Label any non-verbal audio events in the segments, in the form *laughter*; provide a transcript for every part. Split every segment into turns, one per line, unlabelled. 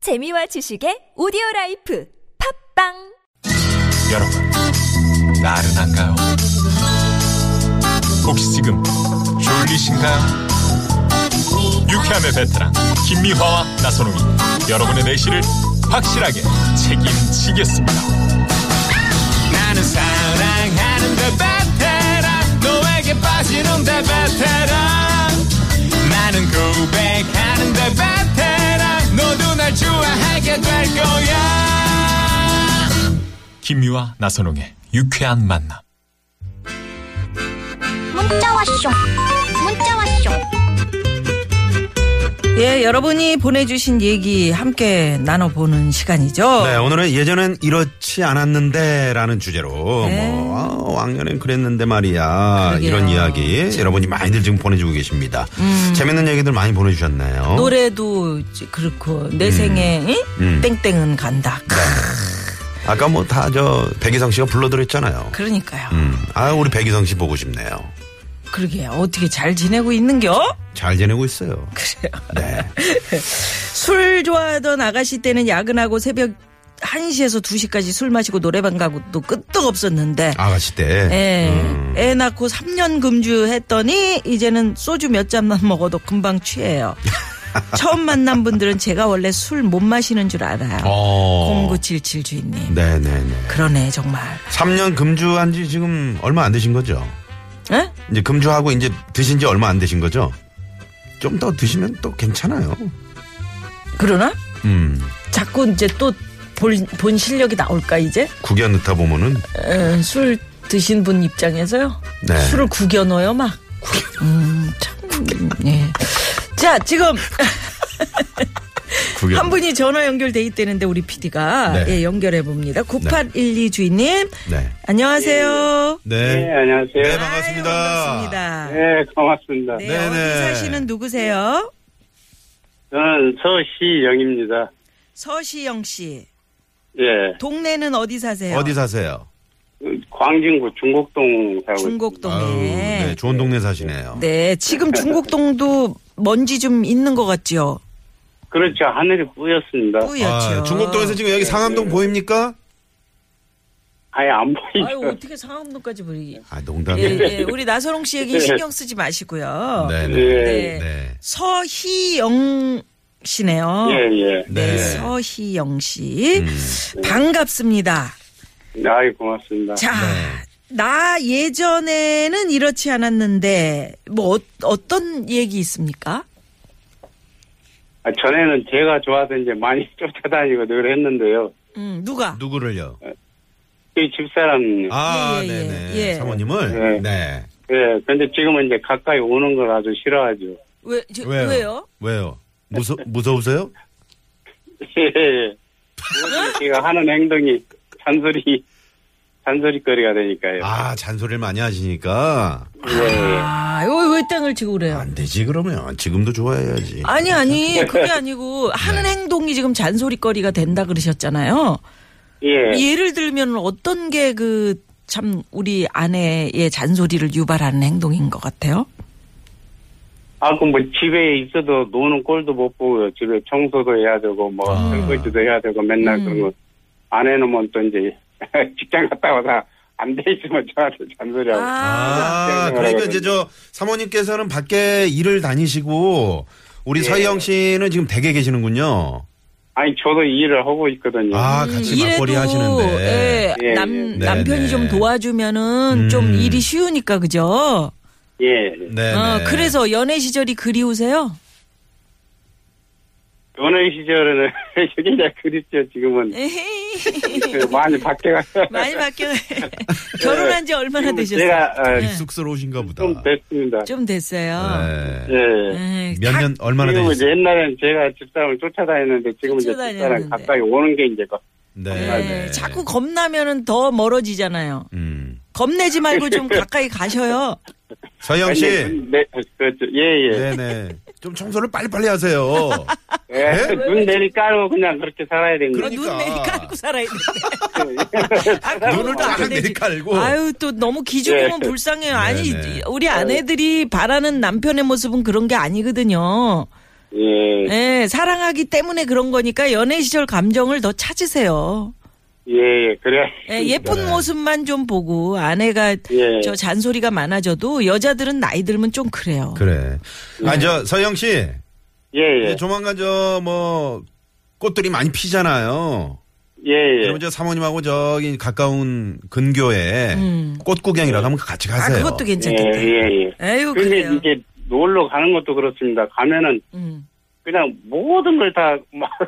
재미와 지식의 오디오 라이프 팝빵
여러분, 나른한가요? 혹시 지금 졸리신가요? 유쾌함의 베테랑 김미화와 나선홍이 여러분의 내실을 확실하게 책임지겠습니다.
나는 사랑하는데 베테랑 너에게 빠지는데 베테랑 나는 고백하는데 베테랑 너도 날 좋아하게 될 거야
김미화 나선홍의 유쾌한 만남.
문자 왔쇼 문자 왔쇼
예, 여러분이 보내주신 얘기 함께 나눠보는 시간이죠.
네, 오늘은 예전엔 이렇지 않았는데라는 주제로
네.
뭐 아, 왕년엔 그랬는데 말이야
그러게요.
이런 이야기 여러분이 많이들 지금 보내주고 계십니다. 재밌는 얘기들 많이 보내주셨네요.
음. 노래도 이제 그렇고 내 생에 응?
음. 네.
땡땡은 간다. 크,
아까 뭐 다 저 백이성 씨가 불러드렸잖아요.
그러니까요.
음, 아 우리 백이성 씨 보고 싶네요.
그러게 어떻게 잘 지내고 있는겨?
잘 지내고 있어요.
그래요.
네.
술 좋아하던 아가씨 때는 야근하고 새벽 1시에서 2시까지 술 마시고 노래방 가고도 끄떡 없었는데
아가씨 때.
예.
음.
애 낳고 3년 금주했더니 이제는 소주 몇 잔만 먹어도 금방
*laughs*
취해요. 처음 만난 분들은 제가 원래 술 못 마시는 줄 알아요.
어.
0977 주인님.
네네네.
그러네 정말.
3년 금주한 지 지금 얼마 안 되신 거죠?
예?
이제 금주하고 이제 드신 지 얼마 안 되신 거죠? 좀 더 드시면 또 괜찮아요.
그러나
음.
자꾸 이제 또 본 본 실력이 나올까 이제
구겨 넣다 보면은
에, 술 드신 분 입장에서요.
네.
술을 구겨 넣어요 막. 음, 참. 예. 자 지금
구겨
한 분이 전화 연결돼 있다는데 우리 PD가 예,
네.
연결해 봅니다. 9812 주인님.
네.
안녕하세요.
네.
네, 안녕하세요.
네, 반갑습니다.
아유, 반갑습니다. 네.
네, 고맙습니다.
네,
어디
네.
사시는 누구세요?
저는 서시영입니다.
서시영 씨.
예,
동네는 어디 사세요?
어디 사세요?
광진구 중곡동 살고
아우,
중곡동에.
네, 좋은 동네 사시네요.
네, 지금 중곡동도 먼지 좀 있는 것 같죠?
있- 그렇죠. 하늘이 뿌였습니다.
뿌옇죠. 네.
아, 중곡동에서 지금 여기 상암동 보입니까?
아예 안
아유,
보이죠.
어떻게 상암동까지 보이?
아,
예,
농담이에요.
예. 우리 나선홍 씨
네.
얘기 신경 쓰지 마시고요.
네, 네.
예,
네.
네.
서희영 씨네요. 네,
예,
네.
서희영 씨.
음,
반갑습니다.
예. 아이 고맙습니다.
자,
네.
나 예전에는 이렇지 않았는데, 뭐, 어, 떤 얘기 있습니까?
아, 전에는 제가 좋아서 이제 많이 *laughs* 쫓아다니고 늘 했는데요.
음, 누가?
누구를요?
저희 집사람요.
아,
예, 예,
네,
예.
네.
예.
사모님을?
네.
네.
예, 근데 지금은 이제 가까이 오는 걸 아주 싫어하죠. *laughs*
왜, 저,
왜요?
왜요?
왜요? 무서, 무서우세요?
예, 예. 모든 제가 하는 행동이 잔소리, 잔소리거리가 되니까요.
아, 잔소리를 많이 하시니까.
예.
아, 이거 왜 땡을 치고 그래요?
안 되지, 그러면. 지금도 좋아해야지. *laughs*
아니, 아니, 그게 아니고,
네.
하는 행동이 지금 잔소리거리가 된다 그러셨잖아요.
예.
네.
예를 들면 어떤 게 그 참 우리 아내의 잔소리를 유발하는 행동인 것 같아요?
아, 그 뭐 집에 있어도 노는 꼴도 못 보고요. 집에 청소도 해야 되고, 뭐,
아. 음.
설거지도 해야 되고, 맨날 그런 거. 안 해놓으면 또 이제, *laughs* 직장 갔다 와서 안 돼 있으면 저한테 잔소리하고.
아,
네,
그러니까 이제 저 사모님께서는 밖에 일을 다니시고 우리 서희영 씨는 지금 댁에 계시는군요.
아니, 저도 일을 하고 있거든요.
아,
음.
같이 맞벌이 하시는데.
예,
예,
남,
예.
네,
남편이
네.
좀 도와주면은 좀
음.
일이 쉬우니까 그죠?
예.
네.
어,
네.
그래서 연애 시절이 그리우세요?
연애 시절에는 *laughs* 굉장히 그립죠, 지금은.
네. 에헤이.
많이 밖에 가서.
많이 바뀌어
*laughs*
결혼한 지 *laughs* 얼마나
지금
되셨어요? 네.
제가, 어,
네. 익숙스러우신가 보다.
좀 됐습니다.
좀 됐어요.
네.
예.
에이, 아. 다-
몇 년 얼마나
지금 이제
되셨어요?
옛날엔 제가 집사람을 쫓아다녔는데, 지금 이제 집사람
쫓아다녔는데.
가까이 오는 게 이제, 그-
에이,
네.
자꾸 겁나면은 더 멀어지잖아요.
음.
겁내지 말고
*laughs*
좀 가까이 가셔요.
서희영 씨.
아니, 네, 그렇죠. 예,
네,
예.
네. 좀 청소를 빨리빨리 하세요.
예,
네?
눈 내리깔고 그냥 그렇게 살아야 됩니다.
그러니까.
눈 내리 깔고 살아야
그렇죠.
돼. 아, 그런
*laughs* 눈을
것도 안
딱
되지.
내리깔고. 네.
아유 또 너무 기죽으면
예.
불쌍해요. 아니
네네.
우리 아내들이 바라는 남편의 모습은 그런 게 아니거든요.
*laughs* 예,
예, 사랑하기 때문에 그런 거니까 연애 시절 감정을 더 찾으세요.
예, 그래.
그러니까.
예,
네.
예쁜 모습만 좀 보고 아내가
예.
저 잔소리가 많아져도 여자들은 나이 들면 좀 그래요.
그래. 아, 저 서영 씨.
예, 예.
이제 조만간 네, 저 뭐 꽃들이 많이 피잖아요.
예, 예.
그러면 저 사모님하고 저기 가까운 근교에
음.
꽃 구경이라고 하면 같이
아
가세요. 네.
그것도
예,
괜찮겠다.
예, 예.
에휴
근데
그래요.
이제 놀러 가는 것도 그렇습니다. 가면은
음.
그냥 모든 걸 다 막 *laughs*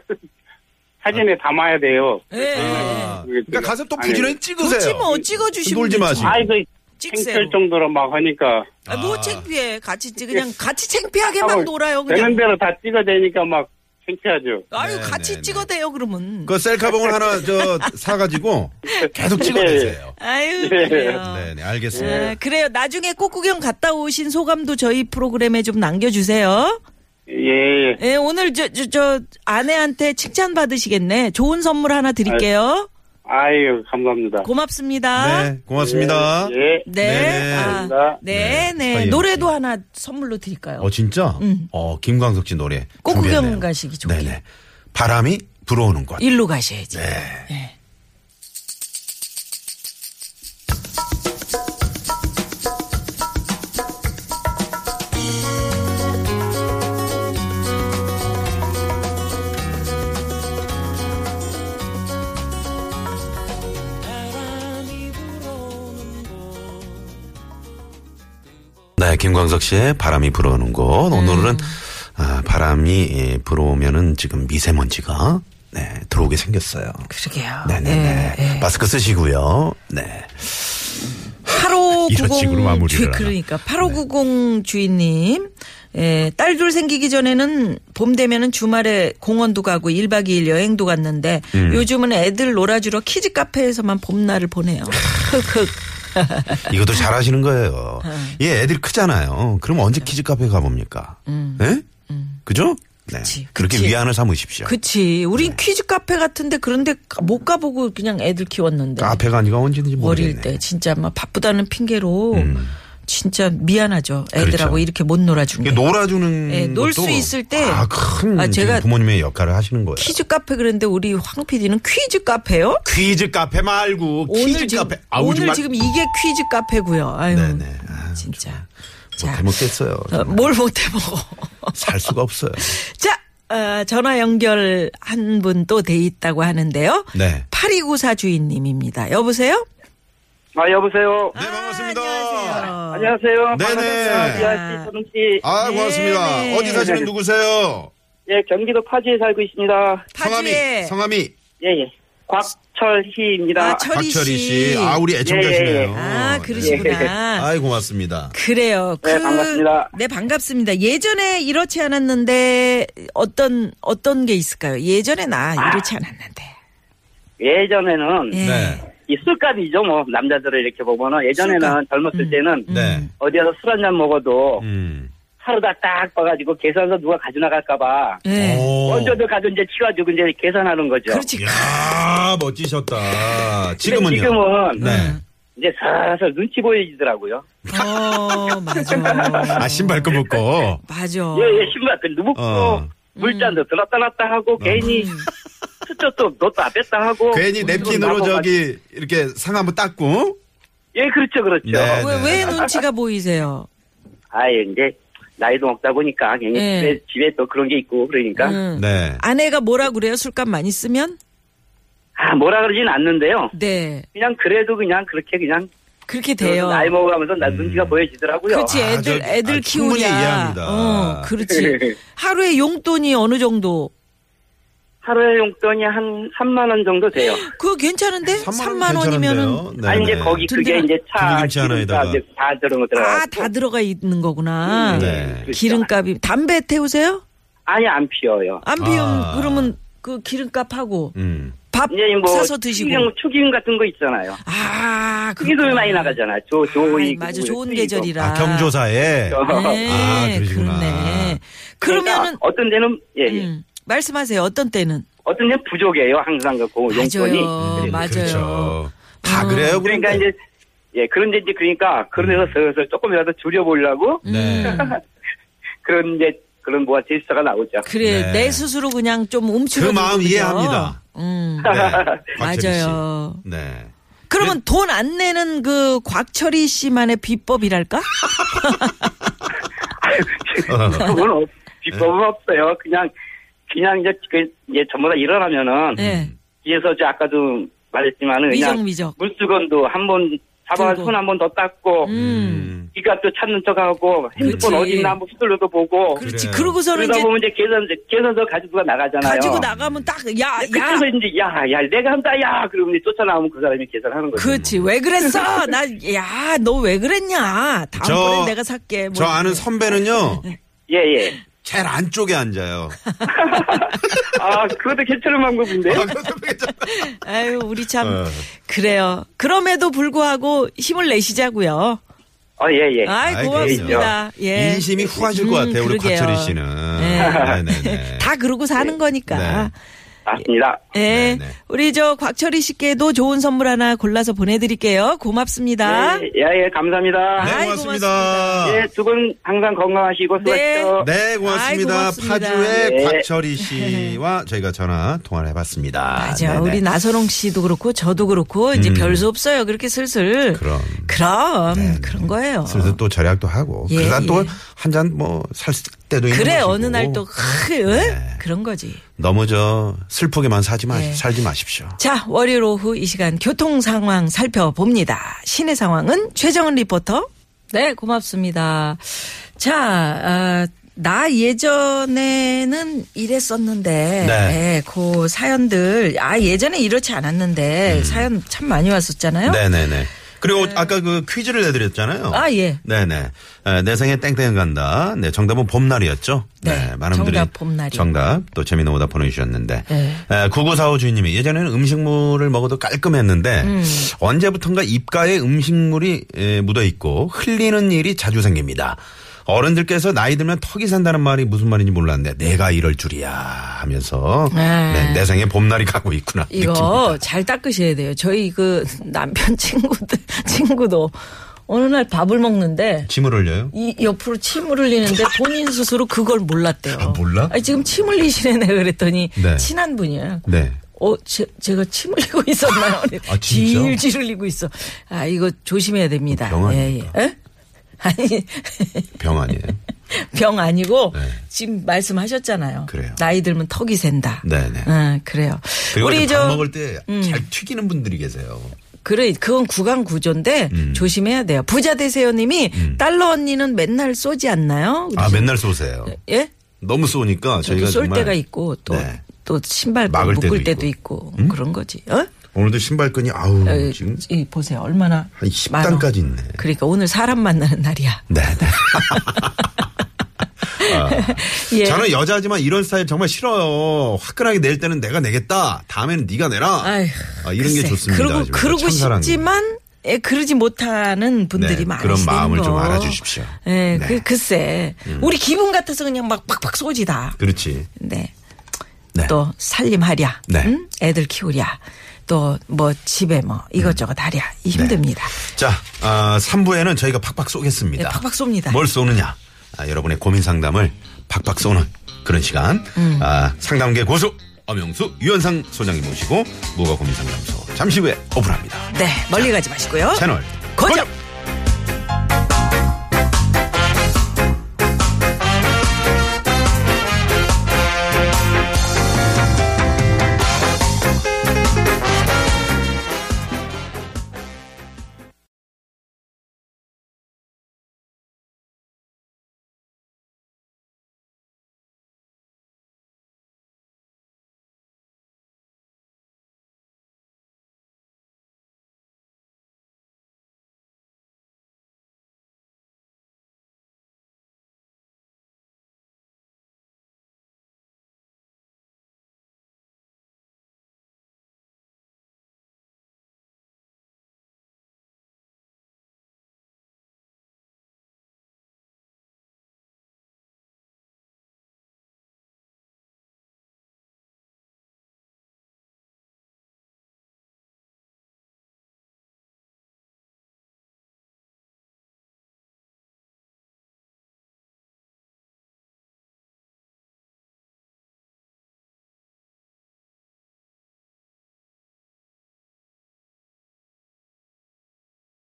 사진에 담아야 돼요.
예, 예.
아,
예.
그러니까 가서 또
아니,
부지런히
좋지
찍으세요.
뭐 찍어주시면
놀지
되지.
마시고.
아이고,
찍세요.
생길 정도로 막 하니까
아, 뭐
아.
창피해. 같이 찍 그냥 같이 창피하게 막
하고
놀아요 그냥.
되는 대로 다 찍어대니까 막 창피하죠.
아유
네,
같이
네, 네.
찍어대요 그러면.
그 셀카봉을 하나
*laughs*
저 사가지고 계속
예.
찍어내세요.
예.
아유 그래요.
네, 네, 알겠습니다.
아, 그래요. 나중에 꽃구경 갔다 오신 소감도 저희 프로그램에 좀 남겨주세요.
예, 예.
예, 오늘 저, 저, 저 아내한테 칭찬 받으시겠네. 좋은 선물 하나 드릴게요.
아유, 감사합니다.
고맙습니다.
네, 고맙습니다.
예.
네.
네네.
아,
감사합니다.
네,
네,
네.
서희연
노래도 하나 선물로 드릴까요?
어 진짜? 어 김광석 씨 노래.
꼭 구경
준비했네요.
음. 가시기 좋게.
네네. 네. 바람이 불어오는 곳.
일로 가셔야지.
네, 김광석 씨의 바람이 불어오는 곳.
네.
오늘은 아, 바람이 예, 불어오면은 지금 미세먼지가 네, 들어오게 생겼어요.
그러게요.
네네네. 마스크 쓰시고요. 네.
8590
이런 식으로 마무리를 네.
주,
하나.
그러니까 8590 주인님. 예, 딸 둘 생기기 전에는 봄 되면은 주말에 공원도 가고 1박 2일 여행도 갔는데
음.
요즘은 애들 놀아주러 키즈 카페에서만 봄날을 보내요. 흑흑.
그러니까. 이것도 잘 하시는 거예요.
네.
예, 애들 크잖아요. 그럼 언제 키즈 카페 가봅니까? 예? 그죠? 네.
음. 그치,
그렇게
그치.
위안을 삼으십시오.
그치. 우린
네.
퀴즈 카페 같은데 그런데 가- 못 가보고 그냥 애들 키웠는데.
카페가 아니가 언제인지
어릴
모르겠네. 음.
때 진짜 막 바쁘다는 핑계로 진짜 미안하죠. 애들하고
그렇죠.
이렇게 못 놀아준 게.
이게 놀아주는
예, 놀수
것도
있을 때
아, 큰
아, 제가
지금 부모님의 역할을 하시는 거예요.
퀴즈 카페 그런데 우리 황 PD는 퀴즈 카페요?
퀴즈 카페 말고
오늘 지금 오늘 지금 이게 퀴즈 카페고요. 아유,
네네. 아, 뭐
진짜. 자,
못해 먹겠어요.
어, 뭘 못해 먹어. *laughs*
살 수가 없어요.
자, 어, 전화 연결 한 분 또 돼 있다고 하는데요.
네.
8294 주인님입니다. 여보세요? 아,
아, 여보세요.
네, 반갑습니다.
안녕하세요.
안녕하세요.
어. 네네.
반갑습니다.
아.
이아 씨, 서동 씨.
아,
네,
고맙습니다.
네.
어디 사시는 누구세요?
예, 경기도 파주에 살고 있습니다.
파주에.
성함이. 성함이.
예, 예. 곽철희입니다.
아, 철희 씨.
박철희 씨. 아, 우리 애청자시네요. 예.
예, 예, 예.
아, 그러시구나.
아이, 고맙습니다.
그래요.
네, 반갑습니다.
네, 반갑습니다. 예전에 이렇지 않았는데 어떤 어떤 게 있을까요? 예전에 나 이렇지 않았는데.
예전에는
예.
네.
이 술값이죠, 뭐 남자들을 이렇게 보면은 예전에는
술값.
젊었을 때는
네.
어디 가서 술 한잔 먹어도
음.
하루다 딱 봐가지고 계산서 누가 가져나갈까봐
네.
오. 예.
먼저도 가서 이제 치워주고 이제 계산하는 거죠.
그렇지.
야 멋지셨다. 지금은요?
지금은
네.
이제 슬슬 눈치 보이더라고요.
어, 맞아.
아, 신발 끊고.
맞아.
예, 예, 신발 그 눕고
어. 음.
물잔도 들었다 놨다 하고 괜히 수저 또 넣었다 뺐다 하고
괜히 냅킨으로 저기 이렇게 상 한번 닦고.
예, 그렇죠, 그렇죠.
네.
왜, 왜 눈치가 보이세요?
아, 예, 이제 나이도 먹다 보니까 괜히
예.
집에, 집에 또 그런 게 있고 그러니까
응.
네.
아내가 뭐라 그래요? 술값 많이 쓰면?
아 뭐라 그러진 않는데요.
네.
그냥 그래도 그냥 그렇게 그냥
그렇게 돼요.
나이 먹어가면서 나 눈치가
음.
보여지더라고요.
그렇지
아,
애들
저기,
애들
아, 충분히
키우냐.
이해합니다.
어,
*laughs*
그렇지. 하루에 용돈이 어느 정도?
하루에 용돈이 한 3만 원 정도 돼요.
그거 괜찮은데?
3만
3만 원이면은
괜찮은데요?
아니 이제
네네.
거기 그게
든든한-
이제 차
든든김치 하나에다가.
기름값 이제 다 들은 거 들어가.
아, 다 들어가 있는 거구나.
네.
그렇죠.
기름값이 담배 태우세요?
아니 안 피워요.
안 피우면
아.
그러면 그 기름값하고
음.
밥
이제 뭐
사서 드시고.
축의금, 축의금 같은 거 있잖아요.
아,
축의금이
그렇구나.
많이 나가잖아요. 조, 조이
아, 맞아
그거,
좋은
수익금.
계절이라.
아, 경조사에.
네,
아, 그러시구나.
그렇네.
*laughs* 그러니까
그러면은
어떤 데는 예, 예.
음, 말씀하세요. 어떤 때는
어떤 데는 부족해요. 항상 그 고-
어,
용돈이.
맞아요. 음.
음,
맞아요.
그렇죠. 다 그래요,
그러니까 음.
그런데.
이제 예 그런데
음.
네. 이제 그러니까 그런 데서 슬슬 조금이라도 줄여보려고
네.
그런 이제 그런 뭐가 제스처가 *laughs* 나오죠.
그래
네.
내 스스로 그냥 좀 움츠러.
그 마음 이해합니다.
음.
네, 곽철희 씨.
맞아요.
네.
그러면 돈 안 내는 그 곽철희 씨만의
음.
비법이랄까?
그건 없- 비법은 없어요. 그냥 그냥 이제 그 이제 전부 다 일어나면은
네.
뒤에서 이제 아까도
음.
말했지만은 그냥
미적미적.
물수건도 한 번 사과
들고.
손 한 번 더 닦고
음.
이가 또 찾는 척하고 핸드폰
그렇지.
어디 있나 한번 휘둘러도 보고
그렇지.
그래요.
그러고서는
그러다
이제
보면 이제 계산 계산서 가지고가 나가잖아요.
가지고 나가면 그러니까 딱 야 야.
그래서 이제 야야 내가 한다 야 그러면 이제 쫓아나오면 그 사람이 계산하는 거죠.
그렇지 왜 그랬어? 나 야 너 왜 그랬냐? 다음번에 내가 살게. 뭐
저 아는
이렇게.
선배는요.
예예.
제일 안쪽에 앉아요.
아 그것도 괜찮은 방법인데. 요
아, 아유 우리 참
어.
그래요. 그럼에도 불구하고 힘을 내시자고요.
아 예예.
*laughs* 아이
어, 아이,
고맙습니다. 예.
인심이 후하실 것
음,
같아요. 우리
그러게요.
곽철희 씨는.
네.
네네네.
*laughs* 다 그러고 사는 거니까.
맞습니다.
예.
네, 네.
우리 저 곽철희 씨께도 좋은 선물 하나 골라서 보내드릴게요. 고맙습니다.
예예 감사합니다.
네,
아. 아이,
고맙습니다.
예, 두 분 항상 건강하시고
네.
수고하십시오.
네, 고맙습니다.
아이, 고맙습니다.
파주의
네.
*laughs*
곽철희 씨와 저희가 전화 통화를 해봤습니다.
맞아.
네네. 음.
우리 나선홍 씨도 그렇고 저도 그렇고 이제 별수 없어요. 그렇게 슬슬.
그럼.
그럼
네,
그런
네.
거예요.
슬슬 또 절약도 하고.
예,
그러다
예.
또 한 잔 뭐 살 때도 있는
그래
것이고.
어느 날 또
네.
그런 거지.
너무 저 슬프게만 사지 마
네.
살지 마십시오.
자 월요일 오후 이 시간 교통 상황 살펴봅니다. 시내 상황은 최정은 리포터. 네 고맙습니다. 자. 아, 나 예전에는 이랬었는데,
네.
예, 그 사연들, 아, 예전에 이렇지 않았는데, 사연 참 많이 왔었잖아요.
음. 네네네. 그리고 아까 그 퀴즈를 내드렸잖아요.
아, 예.
네네. 에, 내 생에 땡땡 간다. 네, 정답은 봄날이었죠.
네, 정답 봄날이.
정답 또 재미있는 오답 보내주셨는데.
네.
에, 9945 주인님이 예전에는 음식물을 먹어도 깔끔했는데
음.
언제부턴가 입가에 음식물이 에, 묻어있고 흘리는 일이 자주 생깁니다. 어른들께서 나이 들면 턱이 산다는 말이 무슨 말인지 몰랐는데 내가 이럴 줄이야 하면서
네.
네, 내 생에 봄날이 가고 있구나
이거
느낍니다.
잘 닦으셔야 돼요. 저희 그 남편 *laughs* 친구들 친구도 어느 날 밥을 먹는데
짐을 흘려요?
이 옆으로 침을 흘리는데 본인 스스로 그걸 몰랐대요.
아, 몰라?
아니, 지금 침 흘리시네 그랬더니
네.
친한 분이에요.
네.
어, 제, 제가 침 흘리고 있었나요?
*laughs* 아, 진짜?
질질 흘리고 있어. 아, 이거 조심해야 됩니다.
병
예, 예. 에? 아니 *laughs*
병 아니에요?
병 아니고
네.
지금 말씀하셨잖아요.
그래요.
나이 들면 턱이 샌다.
네네.
아, 그래요. *laughs*
그리고
우리
이제
저 음.
밥 먹을 때 잘 튀기는 분들이 계세요.
그래, 그건 구강 구조인데
음.
조심해야 돼요. 부자 되세요님이 달러 언니는 맨날 쏘지 않나요?
아 맨날 쏘세요.
예?
너무
저도
쏘니까 저희가
쏠
정말
때가 있고 또 또
네.
신발
막을
묶을 때도,
때도
있고, 그런 거지. 어?
오늘도 신발끈이 아우
어,
지금
이 보세요, 얼마나
한 10단까지 있네.
그러니까 오늘 사람 만나는 날이야.
*laughs* 네네.
예.
저는 여자지만 이런 스타일 정말 싫어요. 화끈하게 낼 때는 내가 내겠다. 다음에는 네가 내라.
아휴,
아, 이런 게
글쎄.
좋습니다.
그러고
정말
그러고
천사라는 게.
싶지만 예, 그러지 못하는 분들이
네,
많으시는
그런 마음을
거.
좀 알아주십시오.
예,
네. 음.
그 글쎄 우리 기분 같아서 그냥 막 팍팍 쏘지다.
그렇지.
네.
네.
또 살림하랴,
네.
응? 애들 키우랴, 또 뭐 집에
음.
뭐 이것저것 하랴
네.
힘듭니다.
자, 아, 3부에는 저희가 팍팍 쏘겠습니다.
네, 팍팍 쏩니다.
뭘 쏘느냐? 아, 여러분의 고민 상담을 팍팍 쏘는 그런 시간.
음.
아, 상담계 고수 엄영수 유현상 소장님 모시고 무가 고민 상담소 잠시 후에 오픈합니다.
네, 멀리 가지 마시고요.
채널
고정.
고정!